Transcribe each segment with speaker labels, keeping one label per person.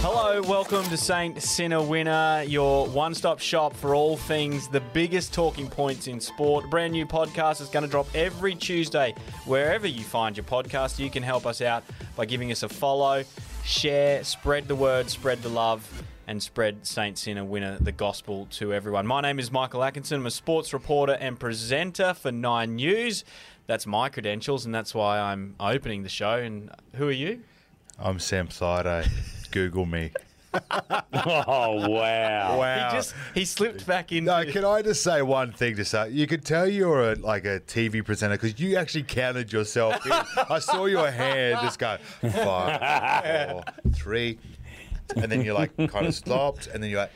Speaker 1: Hello, welcome to Saint Sinner Winner, your one stop shop for all things the biggest talking points in sport. Brand new podcast is going to drop every Tuesday. Wherever you find your podcast, you can help us out by giving us a follow, share, spread the word, spread the love, and spread Saint Sinner Winner, the gospel to everyone. My name is Michael Atkinson. I'm a sports reporter and presenter for Nine News. That's my credentials, and that's why I'm opening the show. And who are you?
Speaker 2: I'm Sam Sido. Google me.
Speaker 3: Oh wow!
Speaker 1: He just he slipped back in.
Speaker 2: No, can I just say one thing to say? You could tell you're a, like a TV presenter because you actually counted yourself. In. I saw your hand just go five, four, three, and then you like kind of stopped, and then you're like,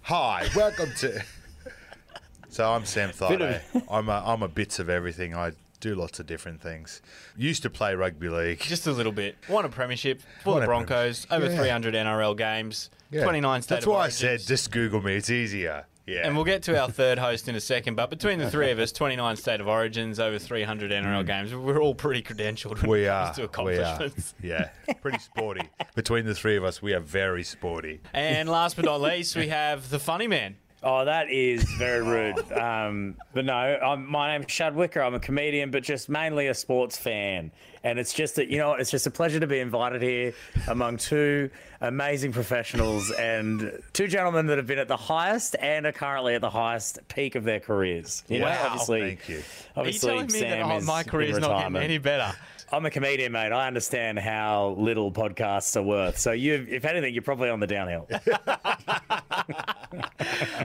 Speaker 2: "Hi, welcome to." So I'm Sam
Speaker 3: Bit
Speaker 2: Thaiday.
Speaker 3: of-
Speaker 2: I'm a, I'm a bits of everything. I do lots of different things. Used to play rugby league.
Speaker 1: Just a little bit. Won a premiership for
Speaker 2: Won
Speaker 1: the
Speaker 2: a
Speaker 1: Broncos. Over
Speaker 2: Yeah.
Speaker 1: 300 NRL games.
Speaker 2: Yeah.
Speaker 1: 29 state
Speaker 2: That's
Speaker 1: of
Speaker 2: why I
Speaker 1: origins.
Speaker 2: said just Google me. It's easier. Yeah.
Speaker 1: And we'll get to our third host in a second, but between the three of us, 29 state of origins, over 300 NRL games, we're all pretty credentialed when
Speaker 2: Mm. We
Speaker 1: it
Speaker 2: are.
Speaker 1: comes to
Speaker 2: We are.
Speaker 1: accomplishments.
Speaker 2: Yeah. Pretty sporty. Between the three of us, we are very sporty.
Speaker 1: And last but not least, we have the funny man.
Speaker 3: Oh, that is very rude. Um, but no, I'm, my name's Shad Wicker. I'm a comedian, but just mainly a sports fan. And it's just that you know, it's just a pleasure to be invited here among two amazing professionals and two gentlemen that have been at the highest and are currently at the highest peak of their careers. You
Speaker 2: Wow.
Speaker 3: know, obviously,
Speaker 2: Thank
Speaker 1: Are
Speaker 2: you.
Speaker 1: you
Speaker 3: obviously,
Speaker 1: telling me
Speaker 3: Sam
Speaker 1: that oh,
Speaker 3: is
Speaker 1: my
Speaker 3: in
Speaker 1: career's not getting
Speaker 3: retirement.
Speaker 1: any better?
Speaker 3: I'm a comedian, mate. I understand how little podcasts are worth. So you, if anything, you're probably on the downhill.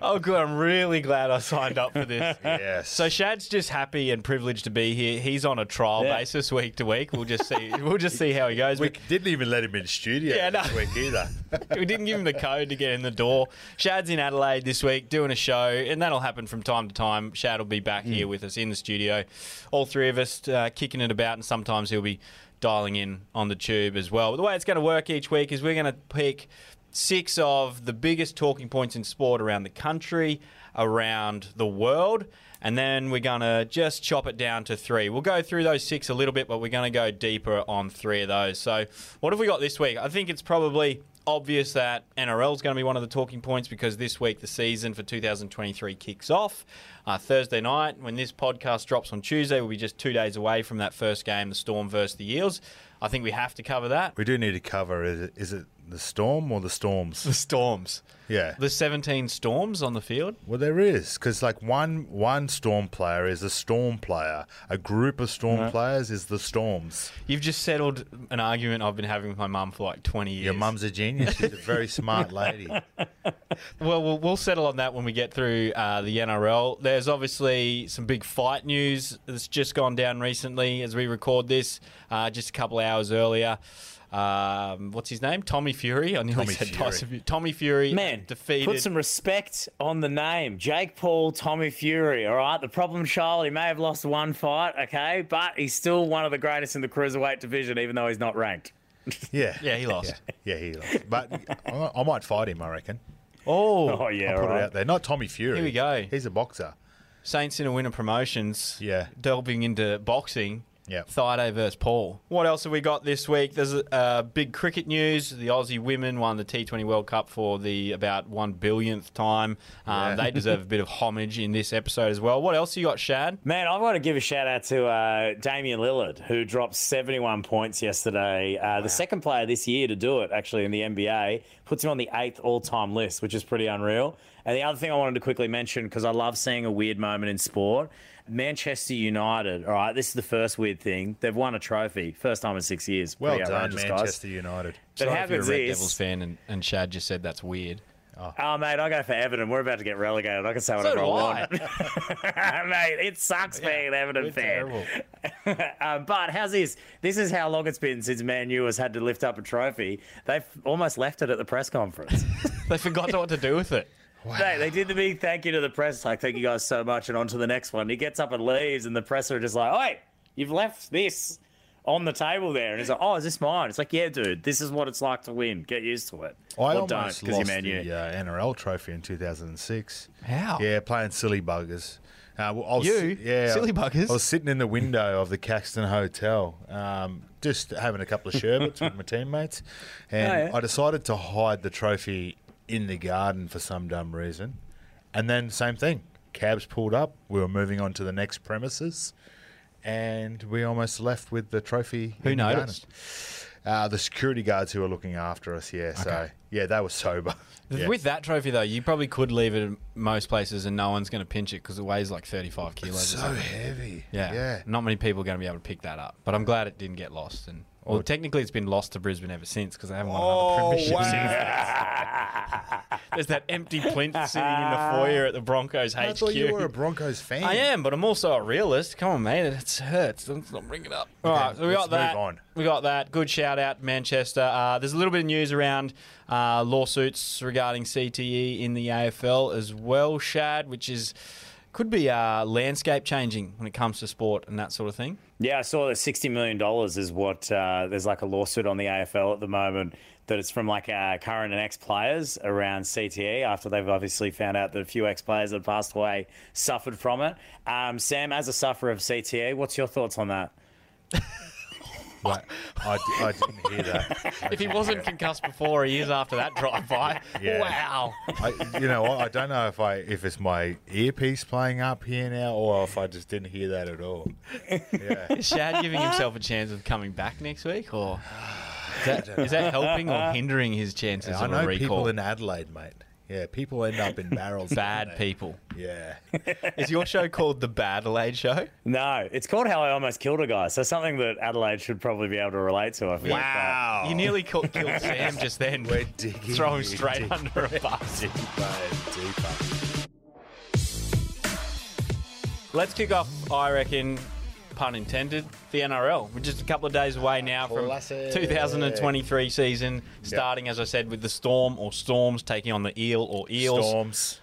Speaker 1: Oh, good. I'm really glad I signed up for this.
Speaker 2: Yes.
Speaker 1: So Shad's just happy and privileged to be here. He's on a trial
Speaker 3: Yeah.
Speaker 1: basis week to week. We'll just see. We'll just see how he goes.
Speaker 2: we
Speaker 1: We,
Speaker 2: didn't even let him in studio
Speaker 1: Yeah, no.
Speaker 2: this week either.
Speaker 1: we didn't give him the code to get in the door. Shad's in Adelaide this week doing a show, and that'll happen from time to time. Shad will be back here with us in the studio, all three of us uh, kicking it about, and sometimes he'll be dialing in on the tube as well. But the way it's going to work each week is we're going to pick six of the biggest talking points in sport around the country, around the world, and then we're going to just chop it down to three. We'll go through those six a little bit, but we're going to go deeper on three of those. So, what have we got this week? I think it's probably obvious that NRL is going to be one of the talking points because this week the season for 2023 kicks off uh, Thursday night. When this podcast drops on Tuesday, we'll be just two days away from that first game, the Storm versus the Eels. I think we have to cover that.
Speaker 2: We do need to cover is it, is it the storm or the
Speaker 1: The
Speaker 2: storms?
Speaker 1: Storms.
Speaker 2: Yeah.
Speaker 1: The 17 Storms on the field.
Speaker 2: Well, there is because like one one storm player is a storm player. A group of storm
Speaker 1: Uh-huh.
Speaker 2: players is the storms.
Speaker 1: You've just settled an argument I've been having with my mum for like 20 years.
Speaker 2: Your mum's a genius. She's a very smart lady.
Speaker 1: Well, we'll, we'll settle on that when we get through uh, the NRL. There's obviously some big fight news that's just gone down recently as we record this, uh, just a couple hours earlier. Um, what's his name? Tommy Fury. I nearly
Speaker 2: Tommy
Speaker 1: said
Speaker 2: Fury.
Speaker 1: Tyson Fury. Tommy Fury
Speaker 3: Man,
Speaker 1: defeated.
Speaker 3: put some respect on the name. Jake Paul, Tommy Fury, all right? The problem child, he may have lost one fight, okay? But he's still one of the greatest in the cruiserweight division, even though he's not ranked.
Speaker 2: Yeah.
Speaker 1: yeah, he lost.
Speaker 2: Yeah, he lost. But I, I might fight him, I reckon.
Speaker 1: Oh,
Speaker 3: Oh, yeah,
Speaker 2: Put
Speaker 3: all
Speaker 2: it
Speaker 3: right.
Speaker 2: out there. Not Tommy Fury.
Speaker 1: Here we go.
Speaker 2: He's a boxer.
Speaker 1: Saints in a winner promotions.
Speaker 2: Yeah.
Speaker 1: Delving into boxing.
Speaker 2: Yeah.
Speaker 1: Thaiday versus Paul. What else have we got this week? There's uh, big cricket news. The Aussie women won the T20 World Cup for the about one billionth time. Um,
Speaker 2: Yeah.
Speaker 1: They deserve a bit of homage in this episode as well. What else you got, Shad?
Speaker 3: Man, I want to give a shout out to uh, Damian Lillard, who dropped 71 points yesterday. Uh, The second player this year to do it, actually, in the NBA, puts him on the eighth all time list, which is pretty unreal. And the other thing I wanted to quickly mention, because I love seeing a weird moment in sport Manchester United, all right, this is the first weird thing. They've won a trophy, first time in six years.
Speaker 2: Well
Speaker 3: Pretty
Speaker 2: done,
Speaker 3: outrageous, guys.
Speaker 2: Manchester United.
Speaker 3: But
Speaker 1: Sorry
Speaker 3: how
Speaker 1: if you're a
Speaker 3: good's
Speaker 1: Red
Speaker 3: this?
Speaker 1: Devils fan and, and Shad just said that's weird.
Speaker 3: Oh, mate, I go for Everton. We're about to get relegated. I can say whatever
Speaker 1: do
Speaker 3: I
Speaker 1: I.
Speaker 3: want. mate, it sucks being an Everton fan.
Speaker 1: Terrible.
Speaker 3: Um, but how's this? This is how long it's been since Man U has had to lift up a trophy. They've almost left it at the press conference.
Speaker 1: They forgot what to do with it.
Speaker 3: they, they did the big thank you to the press, like, thank you guys so much, and on to the next one. He gets up and leaves, and the press are just like, oi, you've left this on the table there, and he's like, "Oh, is this mine?" It's like, "Yeah, dude, this is what it's like to win. Get used to it."
Speaker 2: I
Speaker 3: or don't
Speaker 2: almost
Speaker 3: because you
Speaker 2: lost
Speaker 3: man you.
Speaker 2: the uh, NRL trophy in 2006.
Speaker 1: How?
Speaker 2: Yeah, playing silly buggers. Uh, well, I was,
Speaker 1: You?
Speaker 2: Yeah,
Speaker 1: Silly buggers?
Speaker 2: I was sitting in the window of the Caxton Hotel, um, just having a couple of sherbets with my teammates, and
Speaker 3: Oh, yeah.
Speaker 2: I decided to hide the trophy in the garden for some dumb reason. And then same thing, cabs pulled up. We were moving on to the next premises, and we almost left with the trophy.
Speaker 1: Who
Speaker 2: in the garden.
Speaker 1: noticed?
Speaker 2: Uh, the security guards who were looking after us, yeah. So, yeah, they were sober. Yeah.
Speaker 1: With that trophy though, you probably could leave it in most places, and no one's going to pinch it because it weighs like 35 kilos. or
Speaker 2: so
Speaker 1: something.
Speaker 2: heavy.
Speaker 1: Yeah.
Speaker 2: Yeah.
Speaker 1: Not many people are going to be able to pick that up. But I'm glad it didn't get lost. And well, technically, it's been lost to Brisbane ever since because they haven't won another premiership since. There's that empty plinth sitting in the foyer at the Broncos HQ.
Speaker 2: I thought you were a Broncos fan.
Speaker 1: I am, but I'm also a realist. Come on, mate. It hurts. Let's not bring it up. All right, so we
Speaker 2: let's
Speaker 1: got that.
Speaker 2: move on.
Speaker 1: We got that. Good shout out, Manchester. Uh, there's a little bit of news around uh, lawsuits regarding CTE in the AFL as well, Shad, which is could be uh, landscape changing when it comes to sport and that sort of thing.
Speaker 3: Yeah, I saw that sixty million dollars is what uh, there's like a lawsuit on the AFL at the moment that it's from like uh, current and ex players around CTE after they've obviously found out that a few ex players that have passed away suffered from it. Um, Sam, as a sufferer of CTE, what's your thoughts on that?
Speaker 2: Wait, I, d- I didn't hear that. I
Speaker 1: If he
Speaker 2: didn't
Speaker 1: wasn't
Speaker 2: hear
Speaker 1: concussed before, he is after that drive by.
Speaker 2: Yeah.
Speaker 1: Wow.
Speaker 2: it. I, you know what? I don't know if I if it's my earpiece playing up here now or if I just didn't hear that at all. Yeah.
Speaker 1: Is Shad giving himself a chance of coming back next week, or is that, is that helping or hindering his chances
Speaker 2: I
Speaker 1: of
Speaker 2: know
Speaker 1: a recall?
Speaker 2: people in Adelaide, mate. Yeah, people end up in barrels. don't
Speaker 1: Bad
Speaker 2: they?
Speaker 1: people.
Speaker 2: Yeah.
Speaker 1: Is your show called the Bad Adelaide Show?
Speaker 3: No, it's called How I Almost Killed a Guy. So something that Adelaide should probably be able to relate to. I feel like that.
Speaker 2: Oh.
Speaker 1: You nearly ca- killed Sam just then.
Speaker 2: We're digging.
Speaker 1: Throw him
Speaker 2: you
Speaker 1: straight
Speaker 2: deep,
Speaker 1: under a bus.
Speaker 2: mate, deeper.
Speaker 1: Let's kick off, I reckon, pun intended, the NRL. We're just a couple of days away now from
Speaker 2: Classic.
Speaker 1: 2023 season, starting, as I said, with the Storm or Storms taking on the Eel or Eels. Uh,
Speaker 2: Storms.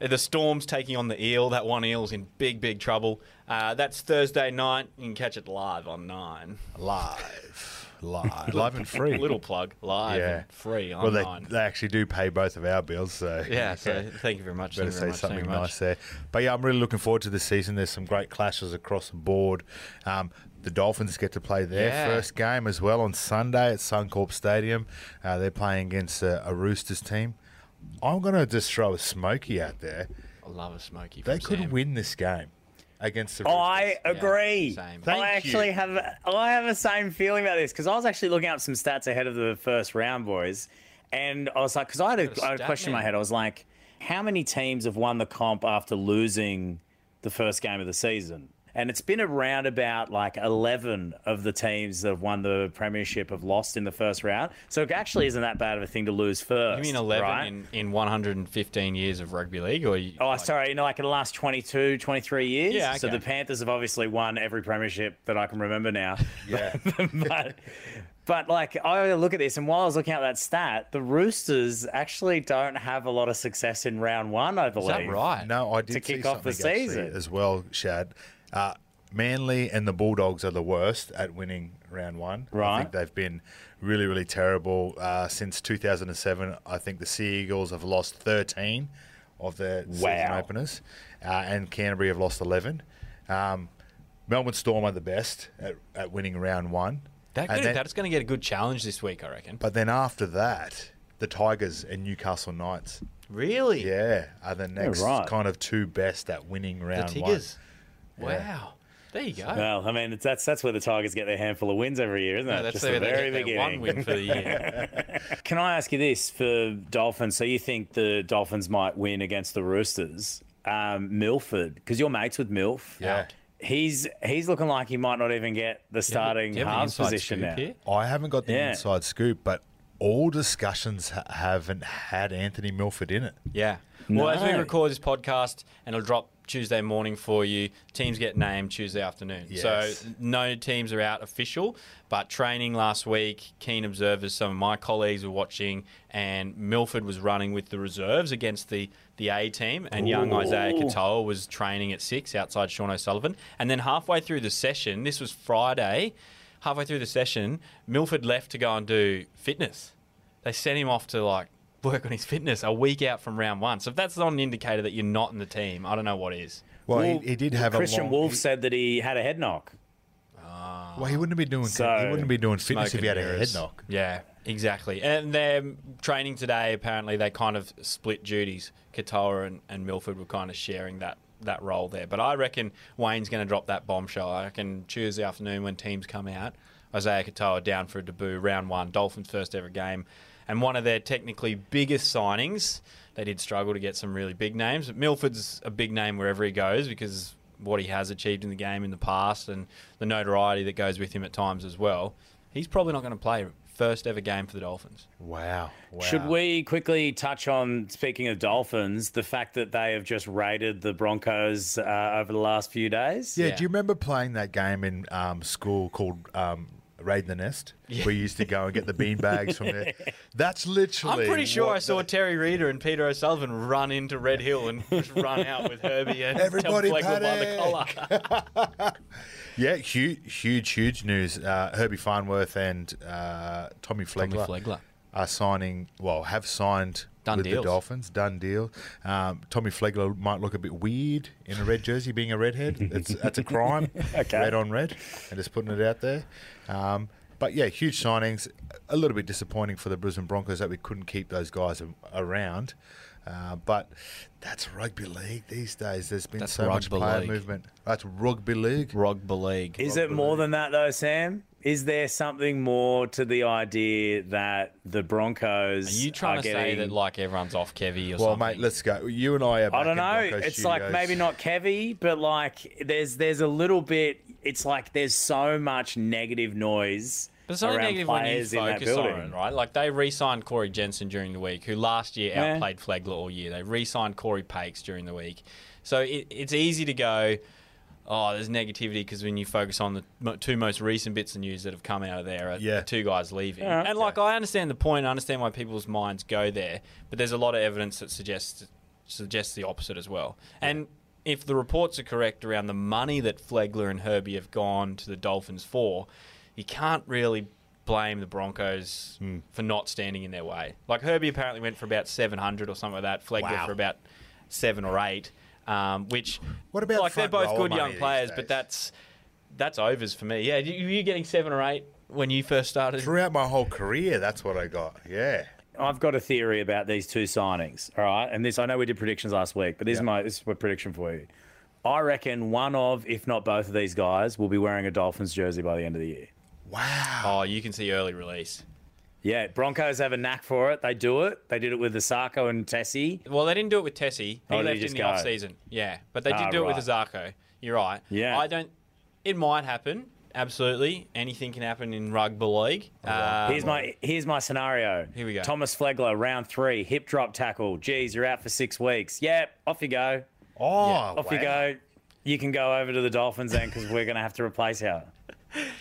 Speaker 1: The Storm's taking on the Eel. That one Eel's in big, big trouble. Uh, that's Thursday night. You can catch it live on 9.
Speaker 2: Live. Live. Live and free.
Speaker 1: Little plug, live
Speaker 2: Yeah.
Speaker 1: and free on
Speaker 2: Well,
Speaker 1: 9.
Speaker 2: they, they actually do pay both of our bills, so
Speaker 1: yeah, so thank you very much.
Speaker 2: better
Speaker 1: thank you very much,
Speaker 2: say
Speaker 1: thank you
Speaker 2: something
Speaker 1: very much.
Speaker 2: nice there. But yeah, I'm really looking forward to this season. There's some great clashes across the board. Um, the Dolphins get to play their
Speaker 1: Yeah.
Speaker 2: first game as well on Sunday at Suncorp Stadium. Uh, they're playing against a, a Roosters team. I'm going to just throw a smoky out there.
Speaker 1: I love a smoky.
Speaker 2: They
Speaker 1: from
Speaker 2: could
Speaker 1: Sam.
Speaker 2: win this game against the Roosters.
Speaker 3: I agree.
Speaker 1: same.
Speaker 2: Thank
Speaker 3: I actually
Speaker 2: you.
Speaker 3: have I have the same feeling about this because I was actually looking up some stats ahead of the first round, boys, and I was like, because I had
Speaker 1: Got
Speaker 3: a,
Speaker 1: a
Speaker 3: I had a
Speaker 1: stat
Speaker 3: question in my
Speaker 1: man.
Speaker 3: head. I was like, how many teams have won the comp after losing the first game of the season? And it's been around about like 11 of the teams that have won the premiership have lost in the first round. So it actually isn't that bad of a thing to lose first.
Speaker 1: You mean 11
Speaker 3: right?
Speaker 1: in, in 115 years of rugby league? or you,
Speaker 3: Oh,
Speaker 1: like-
Speaker 3: sorry, you know, like in the last 22, 23 years.
Speaker 1: Yeah,
Speaker 3: So
Speaker 1: okay.
Speaker 3: the Panthers have obviously won every premiership that I can remember now.
Speaker 2: Yeah.
Speaker 3: but, but like, I look at this, and while I was looking at that stat, the Roosters actually don't have a lot of success in round one, I
Speaker 1: Is
Speaker 3: believe.
Speaker 1: that right?
Speaker 2: No, I did see
Speaker 3: kick off the
Speaker 2: something actually
Speaker 3: season.
Speaker 2: as well, Shad. Uh, Manly and the Bulldogs are the worst at winning round one. I
Speaker 3: Right.
Speaker 2: think they've been really, really terrible uh, since 2007. I think the Sea Eagles have lost 13 of their season
Speaker 3: Wow.
Speaker 2: openers, uh, and Canterbury have lost 11. Um, Melbourne Storm are the best at, at winning round one.
Speaker 1: That
Speaker 2: And
Speaker 1: could,
Speaker 2: then-
Speaker 1: that's going to get a good challenge this week, I reckon.
Speaker 2: but then after that, the Tigers and Newcastle Knights,
Speaker 1: Really?
Speaker 2: yeah, are the next
Speaker 3: right.
Speaker 2: kind of two best at winning
Speaker 1: The
Speaker 2: round one.
Speaker 1: Tigers. Wow. There you go.
Speaker 3: Well, I mean, it's, that's that's where the Tigers get their handful of wins every year, isn't it?
Speaker 1: No, that's
Speaker 3: Just
Speaker 1: the,
Speaker 3: the very
Speaker 1: they get their one
Speaker 3: beginning.
Speaker 1: win for the year.
Speaker 3: Can I ask you this for Dolphins? So you think the Dolphins might win against the Roosters? Um, Milford, because you're mates with Milf.
Speaker 2: Yeah.
Speaker 3: He's he's looking like he might not even get the starting
Speaker 1: Do you have an
Speaker 3: halves
Speaker 1: inside
Speaker 3: position
Speaker 1: scoop
Speaker 3: now.
Speaker 1: here?
Speaker 2: I haven't got the
Speaker 3: Yeah.
Speaker 2: inside scoop, but all discussions ha- haven't had Anthony Milford in it.
Speaker 1: Yeah. Well, as we
Speaker 3: No.
Speaker 1: record this podcast, and it'll drop Tuesday morning for you, teams get named Tuesday afternoon.
Speaker 2: Yes.
Speaker 1: So no teams are out official, but training last week, keen observers, some of my colleagues were watching, and Milford was running with the reserves against the, the A team, and young Isaiah Katoa was training at six outside Sean O'Sullivan. And then halfway through the session, this was Friday, halfway through the session, Milford left to go and do fitness. They sent him off to like work on his fitness a week out from round one. So if that's not an indicator that you're not in the team, I don't know what is.
Speaker 2: Well,
Speaker 3: Wolf-
Speaker 2: he, he did have
Speaker 3: Christian
Speaker 2: a long,
Speaker 3: Wolf said that he had a head knock.
Speaker 2: Well, he wouldn't be doing.
Speaker 3: So-
Speaker 2: he wouldn't be doing fitness if
Speaker 1: Smoke
Speaker 2: he had
Speaker 1: and
Speaker 2: a head
Speaker 1: mirrors.
Speaker 2: knock.
Speaker 1: Yeah, exactly. And their training today, apparently, they kind of split duties. Katoa and, and Milford were kind of sharing that that role there. But I reckon Wayne's going to drop that bombshell. I reckon Tuesday afternoon when teams come out, Isaiah Katoa down for a debut, round one, Dolphins' first ever game. And one of their technically biggest signings, they did struggle to get some really big names. But Milford's a big name wherever he goes because what he has achieved in the game in the past and the notoriety that goes with him at times as well. He's probably not going to play first ever game for the Dolphins.
Speaker 2: Wow. wow.
Speaker 3: Should we quickly touch on, speaking of Dolphins, the fact that they have just raided the Broncos uh, over the last few days?
Speaker 2: Yeah,
Speaker 1: Yeah.
Speaker 2: Do you remember playing that game in um, school called um, Raid the Nest? Where you used to go and get the bean bags from there. That's
Speaker 1: I'm
Speaker 2: literally.
Speaker 1: pretty sure
Speaker 2: what
Speaker 1: I saw
Speaker 2: the-
Speaker 1: Terry Reader and Peter O'Sullivan run into Red Hill and just run out with Herbie and
Speaker 2: Everybody
Speaker 1: tell Flegel by the
Speaker 2: panic.
Speaker 1: collar.
Speaker 2: Yeah, huge, huge, huge news. Uh, Herbie Farnworth and uh, Tommy Flegler,
Speaker 1: Flegler.
Speaker 2: are signing. Well, have signed
Speaker 1: Done
Speaker 2: with
Speaker 1: deals.
Speaker 2: the Dolphins. Done deal. Um, Tommy Flegler might look a bit weird in a red jersey, being a redhead. It's, that's a crime.
Speaker 3: Okay.
Speaker 2: Red on red. And just putting it out there. Um, but yeah, huge signings. A little bit disappointing for the Brisbane Broncos that we couldn't keep those guys a- around. Uh, but that's rugby league these days. There's been
Speaker 1: That's
Speaker 2: so much
Speaker 1: rugby
Speaker 2: player
Speaker 1: league.
Speaker 2: movement. That's rugby league.
Speaker 1: Rugby league.
Speaker 3: Is it more than that, though, Sam? Is there something more to the idea that the Broncos
Speaker 1: Are you trying
Speaker 3: are
Speaker 1: to say
Speaker 3: getting-
Speaker 1: that like everyone's off Kevy or
Speaker 2: Well,
Speaker 1: something?
Speaker 2: mate, let's go. You and I are.
Speaker 3: I
Speaker 2: back
Speaker 3: don't
Speaker 2: in
Speaker 3: know.
Speaker 2: Bronco
Speaker 3: It's like
Speaker 2: Studios.
Speaker 3: maybe not Kevy, but like there's there's a little bit. It's like there's so much negative noise
Speaker 1: But it's only
Speaker 3: around
Speaker 1: negative when you
Speaker 3: players in that
Speaker 1: focus on
Speaker 3: building.
Speaker 1: it, right? Like they re-signed Corey Jensen during the week, who last year
Speaker 3: Yeah.
Speaker 1: outplayed Flagler all year. They re-signed Corey Pakes during the week, so it, it's easy to go, oh, there's negativity because when you focus on the mo- two most recent bits of news that have come out of there, are
Speaker 2: Yeah.
Speaker 1: the two guys leaving.
Speaker 3: Yeah.
Speaker 1: And like I understand the point, I understand why people's minds go there, but there's a lot of evidence that suggests suggests the opposite as well. And if the reports are correct around the money that Flegler and Herbie have gone to the Dolphins for, you can't really blame the Broncos
Speaker 2: Hmm.
Speaker 1: for not standing in their way. Like Herbie apparently went for about 700 or something like that, Flegler
Speaker 2: Wow.
Speaker 1: for about 7 or 8, um, which
Speaker 2: What about
Speaker 1: like they're
Speaker 2: front
Speaker 1: both
Speaker 2: rower
Speaker 1: good
Speaker 2: money
Speaker 1: young
Speaker 2: these
Speaker 1: players,
Speaker 2: days?
Speaker 1: but that's that's overs for me. Yeah, you, you getting 7 or 8 when you first started?
Speaker 2: Throughout my whole career, that's what I got. Yeah.
Speaker 3: I've got a theory about these two signings. All right, and this I know we did predictions last week, but this is my this is my prediction for you. I reckon one of, if not both of these guys, will be wearing a Dolphins jersey by the end of the year.
Speaker 2: Wow.
Speaker 1: Oh, you can see early release.
Speaker 3: Yeah, Broncos have a knack for it. They do it. They did it with Asako and Tessie.
Speaker 1: Well, they didn't do it with Tessie. He
Speaker 3: Oh, did he
Speaker 1: left in
Speaker 3: just
Speaker 1: the
Speaker 3: go?
Speaker 1: off season. Yeah, but they did
Speaker 3: Ah,
Speaker 1: do it
Speaker 3: right.
Speaker 1: with Azarko. You're right.
Speaker 3: Yeah.
Speaker 1: I don't. It might happen. Absolutely, anything can happen in rugby league. Um,
Speaker 3: Here's my here's my scenario.
Speaker 1: Here we go.
Speaker 3: Thomas Flegler, round three, hip drop tackle. Geez, you're out for six weeks. Yep, off you go.
Speaker 2: Oh,
Speaker 3: Off you go. You can go over to the Dolphins then because we're going to have to replace her.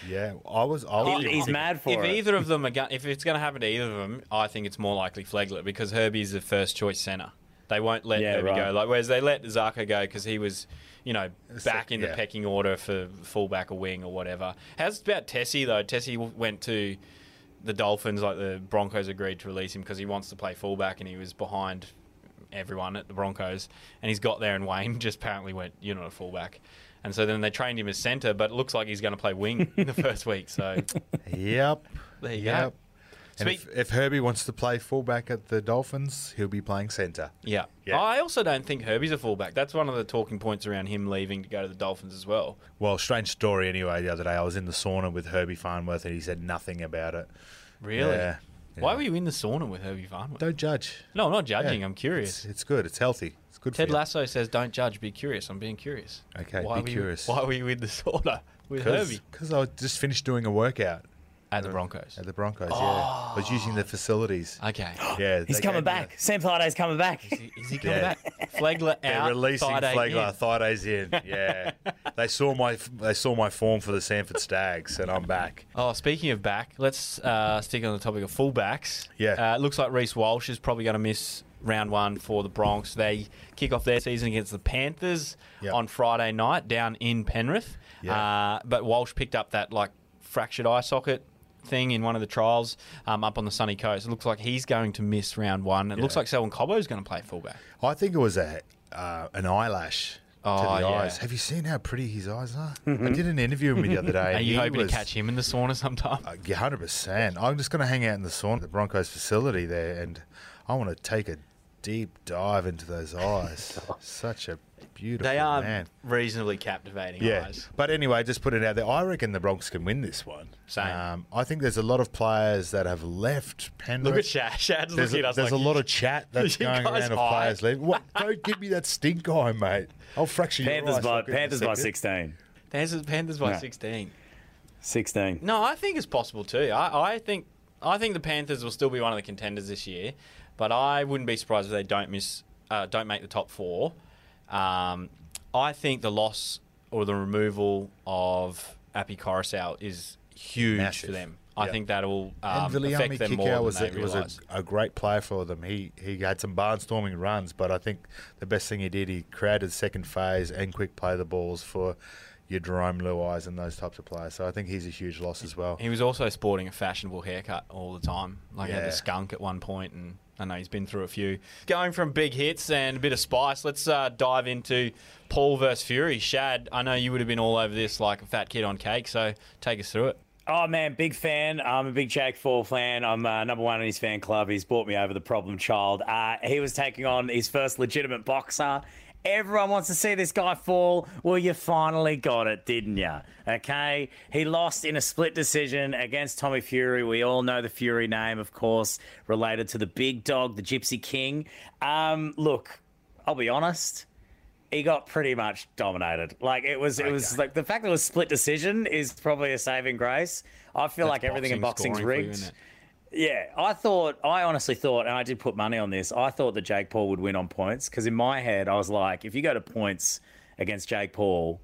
Speaker 2: Yeah, I was. I was
Speaker 3: He- he's
Speaker 2: thinking-
Speaker 3: mad for
Speaker 1: if
Speaker 3: it.
Speaker 1: either of them are going, if it's going to happen to either of them, I think it's more likely Flegler because Herbie's the first choice center. They won't let
Speaker 3: Yeah,
Speaker 1: Herbie
Speaker 3: right.
Speaker 1: go. Like whereas they let Zaka go because he was, you know, back in the
Speaker 2: yeah.
Speaker 1: pecking order for fullback or wing or whatever. How's about Tessie though? Tessie w- went to the Dolphins. Like the Broncos agreed to release him because he wants to play fullback and he was behind everyone at the Broncos. And he's got there and Wayne just apparently went, you're not a fullback. And so then they trained him as centre, but it looks like he's going to play wing in the first week. So
Speaker 2: Yep.
Speaker 1: There you go.
Speaker 2: yep. And
Speaker 1: Speak-
Speaker 2: if, if Herbie wants to play fullback at the Dolphins, he'll be playing centre.
Speaker 1: Yeah.
Speaker 2: Yeah.
Speaker 1: Oh, I also don't think Herbie's a fullback. That's one of the talking points around him leaving to go to the Dolphins as well.
Speaker 2: Well, strange story anyway. The other day, I was in the sauna with Herbie Farnworth, and he said nothing about it.
Speaker 1: Really?
Speaker 2: Yeah.
Speaker 1: Why
Speaker 2: Yeah.
Speaker 1: were you in the sauna with Herbie Farnworth?
Speaker 2: Don't judge.
Speaker 1: No, I'm not judging.
Speaker 2: Yeah.
Speaker 1: I'm curious.
Speaker 2: It's, it's good. It's healthy. It's good
Speaker 1: Ted
Speaker 2: for you.
Speaker 1: Lasso says, "Don't judge, be curious." I'm being curious.
Speaker 2: Okay,
Speaker 1: why
Speaker 2: be
Speaker 1: were
Speaker 2: curious.
Speaker 1: You, why were you in the sauna with Herbie
Speaker 2: Because I just finished doing a workout
Speaker 1: at the Broncos?
Speaker 2: at the Broncos. Yeah, I was using
Speaker 1: Oh.
Speaker 2: the facilities.
Speaker 1: Okay.
Speaker 2: Yeah,
Speaker 3: He's
Speaker 2: they
Speaker 3: coming
Speaker 2: gave me
Speaker 3: back. Sam Parday's coming back.
Speaker 1: Is he coming
Speaker 2: Yeah.
Speaker 1: back? Flagler
Speaker 2: They're
Speaker 1: out.
Speaker 2: releasing
Speaker 1: Friday
Speaker 2: Flagler.
Speaker 1: in.
Speaker 2: Thaidays in. Yeah, they saw my they saw my form for the Sanford Stags, and I'm back.
Speaker 1: Oh, speaking of back, let's uh, stick on the topic of fullbacks.
Speaker 2: Yeah.
Speaker 1: Uh, it looks like Reese Walsh is probably going to miss round one for the Bronx. They kick off their season against the Panthers
Speaker 2: Yeah.
Speaker 1: on Friday night down in Penrith.
Speaker 2: Yeah.
Speaker 1: Uh, but Walsh picked up that like fractured eye socket thing in one of the trials um, up on the sunny coast. It looks like he's going to miss round one. It looks like Selwyn Cobbo's going to play fullback.
Speaker 2: I think it was a uh, an eyelash
Speaker 1: Oh,
Speaker 2: to the
Speaker 1: yeah.
Speaker 2: eyes. Have you seen how pretty his eyes are? I did an interview with him the other day.
Speaker 1: Are you hoping to catch him in the sauna sometime?
Speaker 2: Hundred percent. I'm just going to hang out in the sauna, at the Broncos facility there, and I want to take a deep dive into those eyes. Such a beautiful
Speaker 1: they are
Speaker 2: Oh, man.
Speaker 1: reasonably captivating
Speaker 2: Yeah,
Speaker 1: eyes.
Speaker 2: but anyway, just put it out there. I reckon the Bronx can win this one. Um,
Speaker 1: Same.
Speaker 2: I think there's a lot of players that have left Penrith.
Speaker 1: Look at Shad. Shad's
Speaker 2: There's,
Speaker 1: looking
Speaker 2: a,
Speaker 1: at us
Speaker 2: there's
Speaker 1: like,
Speaker 2: a lot of chat that's
Speaker 1: You
Speaker 2: going
Speaker 1: guys
Speaker 2: around of
Speaker 1: high.
Speaker 2: players leaving. What? Don't give me that stink eye, mate. I'll fracture your
Speaker 3: Panthers
Speaker 2: eye
Speaker 3: by
Speaker 2: socket in a
Speaker 3: Panthers by
Speaker 2: second.
Speaker 3: sixteen.
Speaker 1: Panthers, Panthers by
Speaker 3: No.
Speaker 1: 16.
Speaker 3: 16.
Speaker 1: No, I think it's possible too. I, I think I think the Panthers will still be one of the contenders this year, but I wouldn't be surprised if they don't miss uh, don't make the top four. Um, I think the loss or the removal of Appy Coruscant is huge
Speaker 2: Massive.
Speaker 1: for them. I
Speaker 2: Yeah.
Speaker 1: think that'll
Speaker 2: And
Speaker 1: um,
Speaker 2: Viliami
Speaker 1: affect them more
Speaker 2: Kikau
Speaker 1: than
Speaker 2: was,
Speaker 1: they
Speaker 2: a, was a,
Speaker 1: realise.
Speaker 2: a great player for them. He he had some barnstorming runs, but I think the best thing he did, he created second phase and quick play the balls for your Jerome Luais and those types of players. So I think he's a huge loss as well.
Speaker 1: He was also sporting a fashionable haircut all the time. Like he had
Speaker 2: Yeah.
Speaker 1: the skunk at one point, and I know he's been through a few. Going from big hits and a bit of spice, let's uh, dive into Paul versus Fury. Shad, I know you would have been all over this like a fat kid on cake, so take us through it.
Speaker 3: Oh man, big fan. I'm a big Jack Fall fan. I'm uh, number one in his fan club. He's brought me over the problem child. Uh, he was taking on his first legitimate boxer. Everyone wants to see this guy fall. Well, you finally got it, didn't you? Okay. He lost in a split decision against Tommy Fury. We all know the Fury name, of course, related to the big dog, the Gypsy King. Um, look, I'll be honest he got pretty much dominated. Like it was, it was like the fact that it was split decision is probably a saving grace. I feel like everything in
Speaker 1: boxing
Speaker 3: boxing's
Speaker 1: scoring for you,
Speaker 3: rigged.
Speaker 1: isn't it?
Speaker 3: Yeah, I thought, I honestly thought, and I did put money on this. I thought that Jake Paul would win on points because in my head I was like, if you go to points against Jake Paul,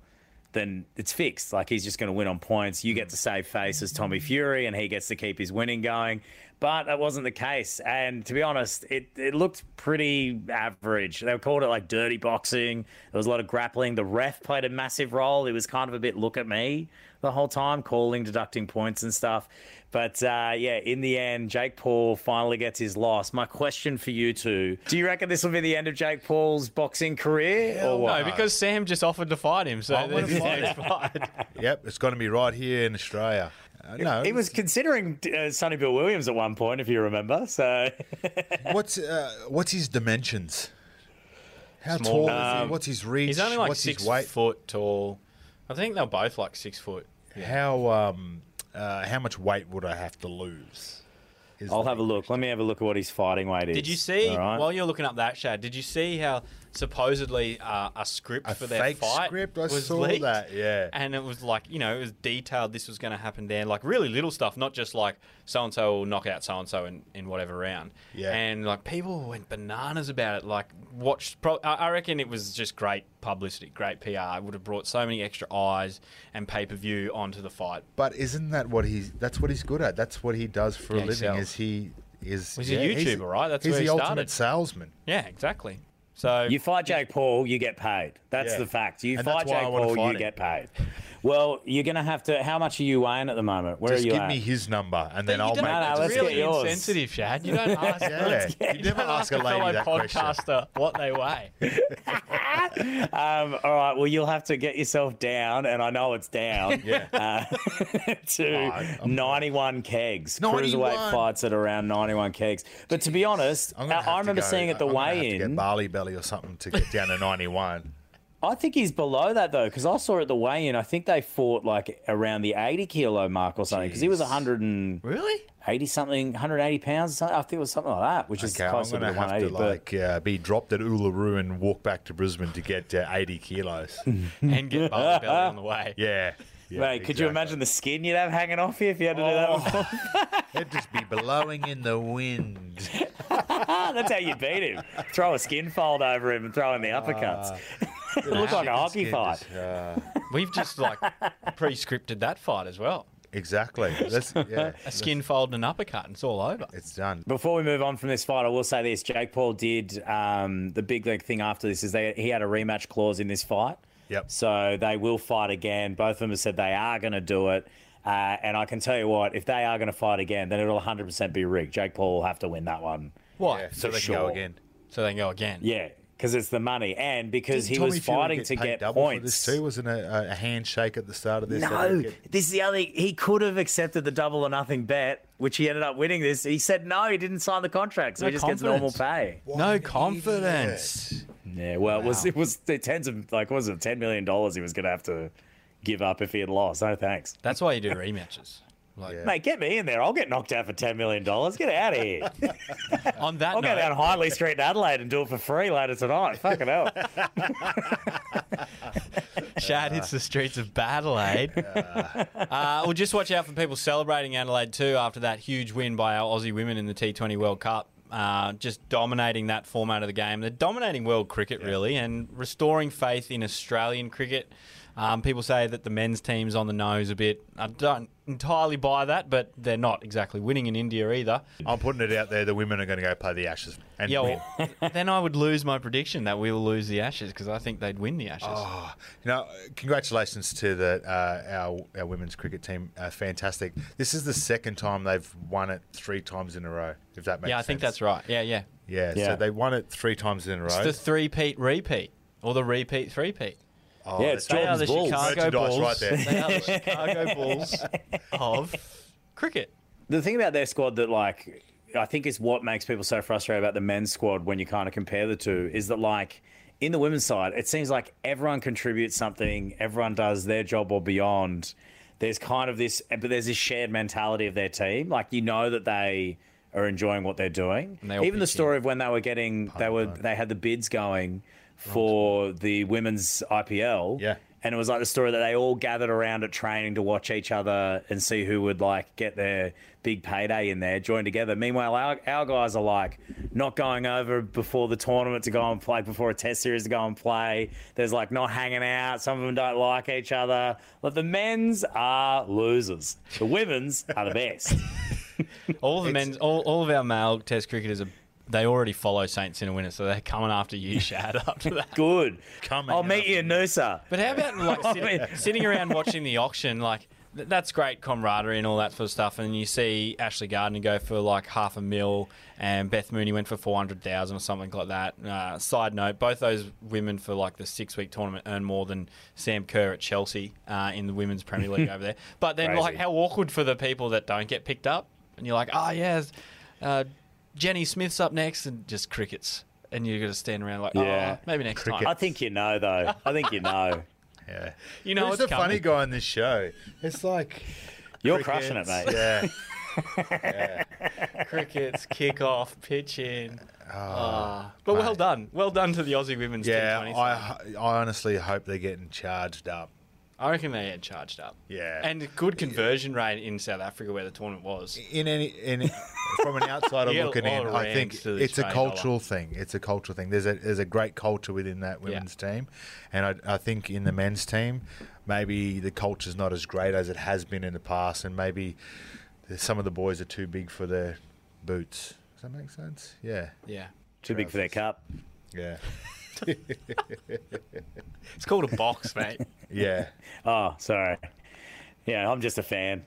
Speaker 3: then it's fixed. Like he's just going to win on points. You get to save face as Tommy Fury, and he gets to keep his winning going. But that wasn't the case. And to be honest, it, it looked pretty average. They called it like dirty boxing. There was a lot of grappling. The ref played a massive role. It was kind of a bit look at me the whole time, calling, deducting points and stuff. But uh, yeah, in the end, Jake Paul finally gets his loss. My question for you two do you reckon this will be the end of Jake Paul's boxing career? or what?
Speaker 1: Oh, No, because Sam just offered to fight him, so
Speaker 2: I wouldn't
Speaker 1: there's his
Speaker 2: mind
Speaker 1: next fight.
Speaker 2: Yep, it's going to be right here in Australia. Uh, no,
Speaker 3: He was considering uh, Sonny Bill Williams at one point, if you remember. So
Speaker 2: what's uh, what's his dimensions? How
Speaker 1: Small. Um,
Speaker 2: tall is he? What's his reach?
Speaker 1: He's only like
Speaker 2: what's
Speaker 1: six
Speaker 2: his weight?
Speaker 1: foot tall. I think they're both like six foot.
Speaker 2: How um, uh, how much weight would I have to lose? Is
Speaker 3: I'll
Speaker 2: the
Speaker 3: have a
Speaker 2: big
Speaker 3: look. Let me have a look at what his fighting weight is.
Speaker 1: Did you see
Speaker 3: All right.
Speaker 1: while you're looking up that Shad? Did you see how supposedly uh, a script
Speaker 2: A
Speaker 1: for their
Speaker 2: fake
Speaker 1: fight
Speaker 2: script? I
Speaker 1: was
Speaker 2: saw
Speaker 1: leaked?
Speaker 2: that, yeah.
Speaker 1: and it was like you know it was detailed. This was going to happen there, like really little stuff, not just like so and so will knock out so and so in in whatever round.
Speaker 2: Yeah.
Speaker 1: and like people went bananas about it. Like watched. Pro- I I reckon it was just great publicity, great PR. It would have brought so many extra eyes and pay per view onto the fight.
Speaker 2: But isn't that what he's? That's what he's good at. That's what he does for
Speaker 1: Yeah,
Speaker 2: a
Speaker 1: he
Speaker 2: living.
Speaker 1: sells.
Speaker 2: Is he? Is
Speaker 1: He's a YouTuber, right? That's
Speaker 2: he's
Speaker 1: where
Speaker 2: the
Speaker 1: he started.
Speaker 2: ultimate salesman.
Speaker 1: Yeah, exactly. So
Speaker 3: You fight Jake Paul, you get paid. That's
Speaker 2: Yeah.
Speaker 3: the fact. You
Speaker 2: And
Speaker 3: fight
Speaker 2: that's why I
Speaker 3: Jake
Speaker 2: wanna
Speaker 3: Paul,
Speaker 2: fight
Speaker 3: you
Speaker 2: him.
Speaker 3: get paid. Well, you're going to have to. How much are you weighing at the moment? Where
Speaker 2: Just
Speaker 3: are you
Speaker 2: give
Speaker 3: at?
Speaker 2: me his number, and then
Speaker 1: But
Speaker 2: I'll
Speaker 1: you
Speaker 2: make.
Speaker 1: don't-
Speaker 3: No, no,
Speaker 2: the
Speaker 1: it's
Speaker 3: let's
Speaker 2: decision.
Speaker 3: get
Speaker 1: really
Speaker 3: yours.
Speaker 1: insensitive, Shad. You don't ask.
Speaker 2: Yeah, you
Speaker 1: you
Speaker 2: never
Speaker 1: don't
Speaker 2: ask a
Speaker 1: fellow
Speaker 2: lady that question.
Speaker 1: podcaster what they weigh.
Speaker 3: Um, all right. Well, you'll have to get yourself down, and I know it's down.
Speaker 2: Yeah.
Speaker 3: uh, to
Speaker 2: I'm- I'm-
Speaker 3: 91 kegs.
Speaker 2: 91.
Speaker 3: Cruiserweight fights at around 91 kegs. But to be honest, I,
Speaker 2: I'm gonna have
Speaker 3: I
Speaker 2: to
Speaker 3: remember
Speaker 2: go-
Speaker 3: seeing at the
Speaker 2: I'm gonna have to
Speaker 3: weigh-in.
Speaker 2: get barley belly or something to get down to ninety-one.
Speaker 3: I think he's below that though, because I saw at the weigh-in. I think they fought like around the eighty kilo mark or something, because he was
Speaker 2: Jeez.
Speaker 3: hundred and
Speaker 1: Really?
Speaker 3: eighty something, hundred eighty pounds. Or something. I think it was something like that, which is
Speaker 2: Okay, I'm
Speaker 3: closer
Speaker 2: going
Speaker 3: to the
Speaker 2: to
Speaker 3: one
Speaker 2: have to
Speaker 3: eighty.
Speaker 2: like uh, be dropped at Uluru and walk back to Brisbane to get uh, 80 kilos.
Speaker 1: And get barley belly on the way.
Speaker 2: Yeah. yeah Oh.
Speaker 3: But mate, could you imagine the skin you'd have hanging off you if you had to do that? one?
Speaker 2: It'd just be blowing in the wind.
Speaker 3: Ah, That's how you beat him. Throw a skin fold over him and throw in the uppercuts.
Speaker 2: Uh,
Speaker 3: it looked like a hockey fight.
Speaker 1: We've just like pre-scripted that fight as well.
Speaker 2: exactly. That's, yeah,
Speaker 1: A skin fold and an uppercut, and it's all over.
Speaker 2: it's done.
Speaker 3: Before we move on from this fight, I will say this: Jake Paul did um, the big leg thing after this. Is they he had a rematch clause in this fight,
Speaker 2: Yep.
Speaker 3: so they will fight again. Both of them have said they are going to do it, Uh, and I can tell you what, if they are going to fight again, then it'll 100% be rigged. Jake Paul will have to win that one.
Speaker 1: Why?
Speaker 2: Yeah,
Speaker 1: so,
Speaker 2: so they can go
Speaker 3: sure.
Speaker 2: again.
Speaker 1: they can go again.
Speaker 3: Yeah, because it's the money, and because he
Speaker 2: Tommy
Speaker 3: was
Speaker 2: Fury
Speaker 3: fighting
Speaker 2: get
Speaker 3: to
Speaker 2: paid
Speaker 3: get
Speaker 2: double
Speaker 3: points.
Speaker 2: For this too wasn't a, a handshake at the start of this. that
Speaker 3: No,
Speaker 2: they get-
Speaker 3: this is the other. He could have accepted the double or nothing bet, which he ended up winning. This he said no, he didn't sign the contract, so
Speaker 1: No
Speaker 3: he just
Speaker 1: confidence.
Speaker 3: gets normal pay.
Speaker 1: No confidence.
Speaker 3: Yeah, well, it was it was the tens of like what was it ten million dollars he was going to have to give up if he had lost. No thanks,
Speaker 1: That's why you do rematches. Like
Speaker 2: Yeah.
Speaker 3: mate. Get me in there. I'll get knocked out for ten million dollars. Get out of here.
Speaker 1: on that
Speaker 3: I'll
Speaker 1: note,
Speaker 3: go down Hindley Street in Adelaide and do it for free later tonight. Fucking hell.
Speaker 1: Shad hits the streets of Adelaide. Uh, well, just watch out for people celebrating Adelaide too after that huge win by our Aussie women in the T20 World Cup. Uh, just dominating that format of the game. They're dominating world cricket, really, and restoring faith in Australian cricket. Um, people say that the men's team's on the nose a bit. I don't entirely buy that, but they're not exactly winning in India either.
Speaker 2: I'm putting it out there. The women are going to go play the Ashes. And
Speaker 1: Yeah,
Speaker 2: win.
Speaker 1: well, then I would lose my prediction that we will lose the Ashes because I think they'd win the Ashes.
Speaker 2: Oh, you know, congratulations to the uh, our our women's cricket team. Uh, fantastic. This is the second time they've won it three times in a row. If that makes
Speaker 1: yeah, I
Speaker 2: sense.
Speaker 1: think that's right. Yeah, yeah.
Speaker 2: Yeah,
Speaker 3: Yeah.
Speaker 2: so they won it three times in a row.
Speaker 1: It's the three-peat repeat or the repeat three-peat.
Speaker 2: Oh,
Speaker 3: Yeah, it's
Speaker 2: that's
Speaker 1: They
Speaker 2: right.
Speaker 1: are the
Speaker 3: Jordan's Bulls.
Speaker 1: Chicago
Speaker 2: Merchandise
Speaker 1: Bulls.
Speaker 2: right there.
Speaker 1: They are the Chicago Bulls of cricket.
Speaker 3: the thing about their squad that like I think is what makes people so frustrated about the men's squad when you kind of compare the two is that like in the women's side, it seems like everyone contributes something, everyone does their job or beyond. There's kind of this, but there's this shared mentality of their team. Like you know that they are enjoying what they're doing.
Speaker 1: they all
Speaker 3: Even the
Speaker 1: pitch in.
Speaker 3: story of when they were getting, they were they had the bids going for the women's IPL.
Speaker 2: Yeah.
Speaker 3: And it was like the story that they all gathered around at training to watch each other and see who would like get their big payday in there, join together. Meanwhile, our, our guys are like not going over before the tournament to go and play, before a test series to go and play. There's like not hanging out. Some of them don't like each other. Like the men's are losers. The women's are the best.
Speaker 1: All the men, all, all of our male Test cricketers are. They already follow Saints in a winner, so they're coming after you, Shad. After that,
Speaker 3: Good.
Speaker 2: Coming
Speaker 3: I'll
Speaker 2: up.
Speaker 3: meet you in Noosa.
Speaker 1: but how about like sit,
Speaker 3: mean-
Speaker 1: sitting around watching the auction? Like th- that's great camaraderie and all that sort of stuff. And you see Ashley Gardner go for like half a mil, and Beth Mooney went for four hundred thousand or something like that. Uh, side note: both those women for like the six-week tournament earn more than Sam Kerr at Chelsea uh, in the Women's Premier League over there. But then,
Speaker 3: Crazy.
Speaker 1: like, how awkward for the people that don't get picked up, and you're like, oh yeah, uh, Jenny Smith's up next, and just crickets. And you're gonna stand around like,
Speaker 3: Yeah.
Speaker 1: oh, maybe next
Speaker 2: Crickets.
Speaker 1: time.
Speaker 3: I think you know, though. I think you know.
Speaker 2: Yeah.
Speaker 1: You know
Speaker 2: Who's
Speaker 1: it's
Speaker 2: the funny
Speaker 1: coming.
Speaker 2: guy on this show? It's like
Speaker 3: You're
Speaker 2: crickets,
Speaker 3: crushing it, mate.
Speaker 2: Yeah.
Speaker 1: crickets, kick off, pitch in. Ah. but well done. Well done to the Aussie women's team.
Speaker 2: Yeah,
Speaker 1: 20.
Speaker 2: I, I honestly hope they're getting charged up.
Speaker 1: I reckon they had charged up.
Speaker 2: Yeah.
Speaker 1: And a good conversion rate in South Africa where the tournament was.
Speaker 2: In any, in from an outsider
Speaker 1: You get a
Speaker 2: looking
Speaker 1: lot
Speaker 2: in,
Speaker 1: of
Speaker 2: I think
Speaker 1: rands to the
Speaker 2: it's a
Speaker 1: Australian
Speaker 2: cultural thing. It's a cultural thing. There's a there's a great culture within that women's team, and I, I think in the men's team, maybe the culture's not as great as it has been in the past, and maybe the- some of the boys are too big for their boots. Does that make sense? Yeah,
Speaker 1: Yeah.
Speaker 3: Too big for their cup.
Speaker 2: yeah,
Speaker 1: It's called a box, mate.
Speaker 2: yeah.
Speaker 3: Oh, sorry. Yeah, I'm just a fan.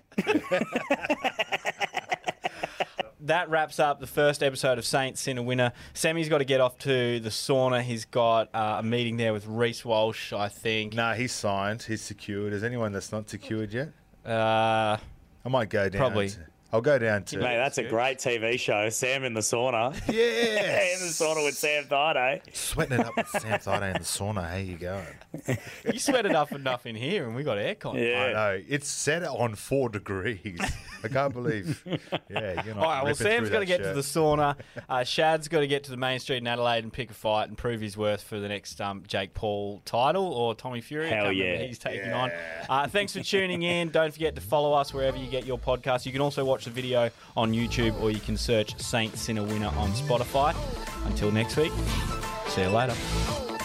Speaker 1: that wraps up the first episode of Saints in a winner. Sammy's got to get off to the sauna. He's got uh, a meeting there with Reese Walsh, I think.
Speaker 2: no, he's signed. He's secured. Is anyone that's not secured yet?
Speaker 1: Uh,
Speaker 2: I might go down.
Speaker 1: Probably.
Speaker 2: to- I'll go down to.
Speaker 3: Mate, that's a great TV show. Sam in the sauna.
Speaker 2: yeah.
Speaker 3: in the sauna with Sam Thido.
Speaker 2: Sweating it up with Sam Thido in the sauna. How you going?
Speaker 1: you sweated up enough in here, and we got aircon.
Speaker 2: I
Speaker 3: Yeah.
Speaker 2: know. It's set on four degrees. I can't believe. Yeah, you're not.
Speaker 1: All right, well,
Speaker 2: ripping
Speaker 1: Sam's
Speaker 2: through
Speaker 1: got to
Speaker 2: that
Speaker 1: get to
Speaker 2: shirt.
Speaker 1: the sauna. Uh, Shad's got to get to the main street in Adelaide and pick a fight and prove his worth for the next um, Jake Paul title or Tommy Fury. I
Speaker 3: Hell
Speaker 1: can't remember
Speaker 3: yeah.
Speaker 1: who He's taking
Speaker 2: Yeah.
Speaker 1: on. Uh, thanks for tuning in. Don't forget to follow us wherever you get your podcast. You can also watch the video on YouTube or you can search Saints in a Winner on Spotify. Until next week, see you later.
Speaker 4: Oh,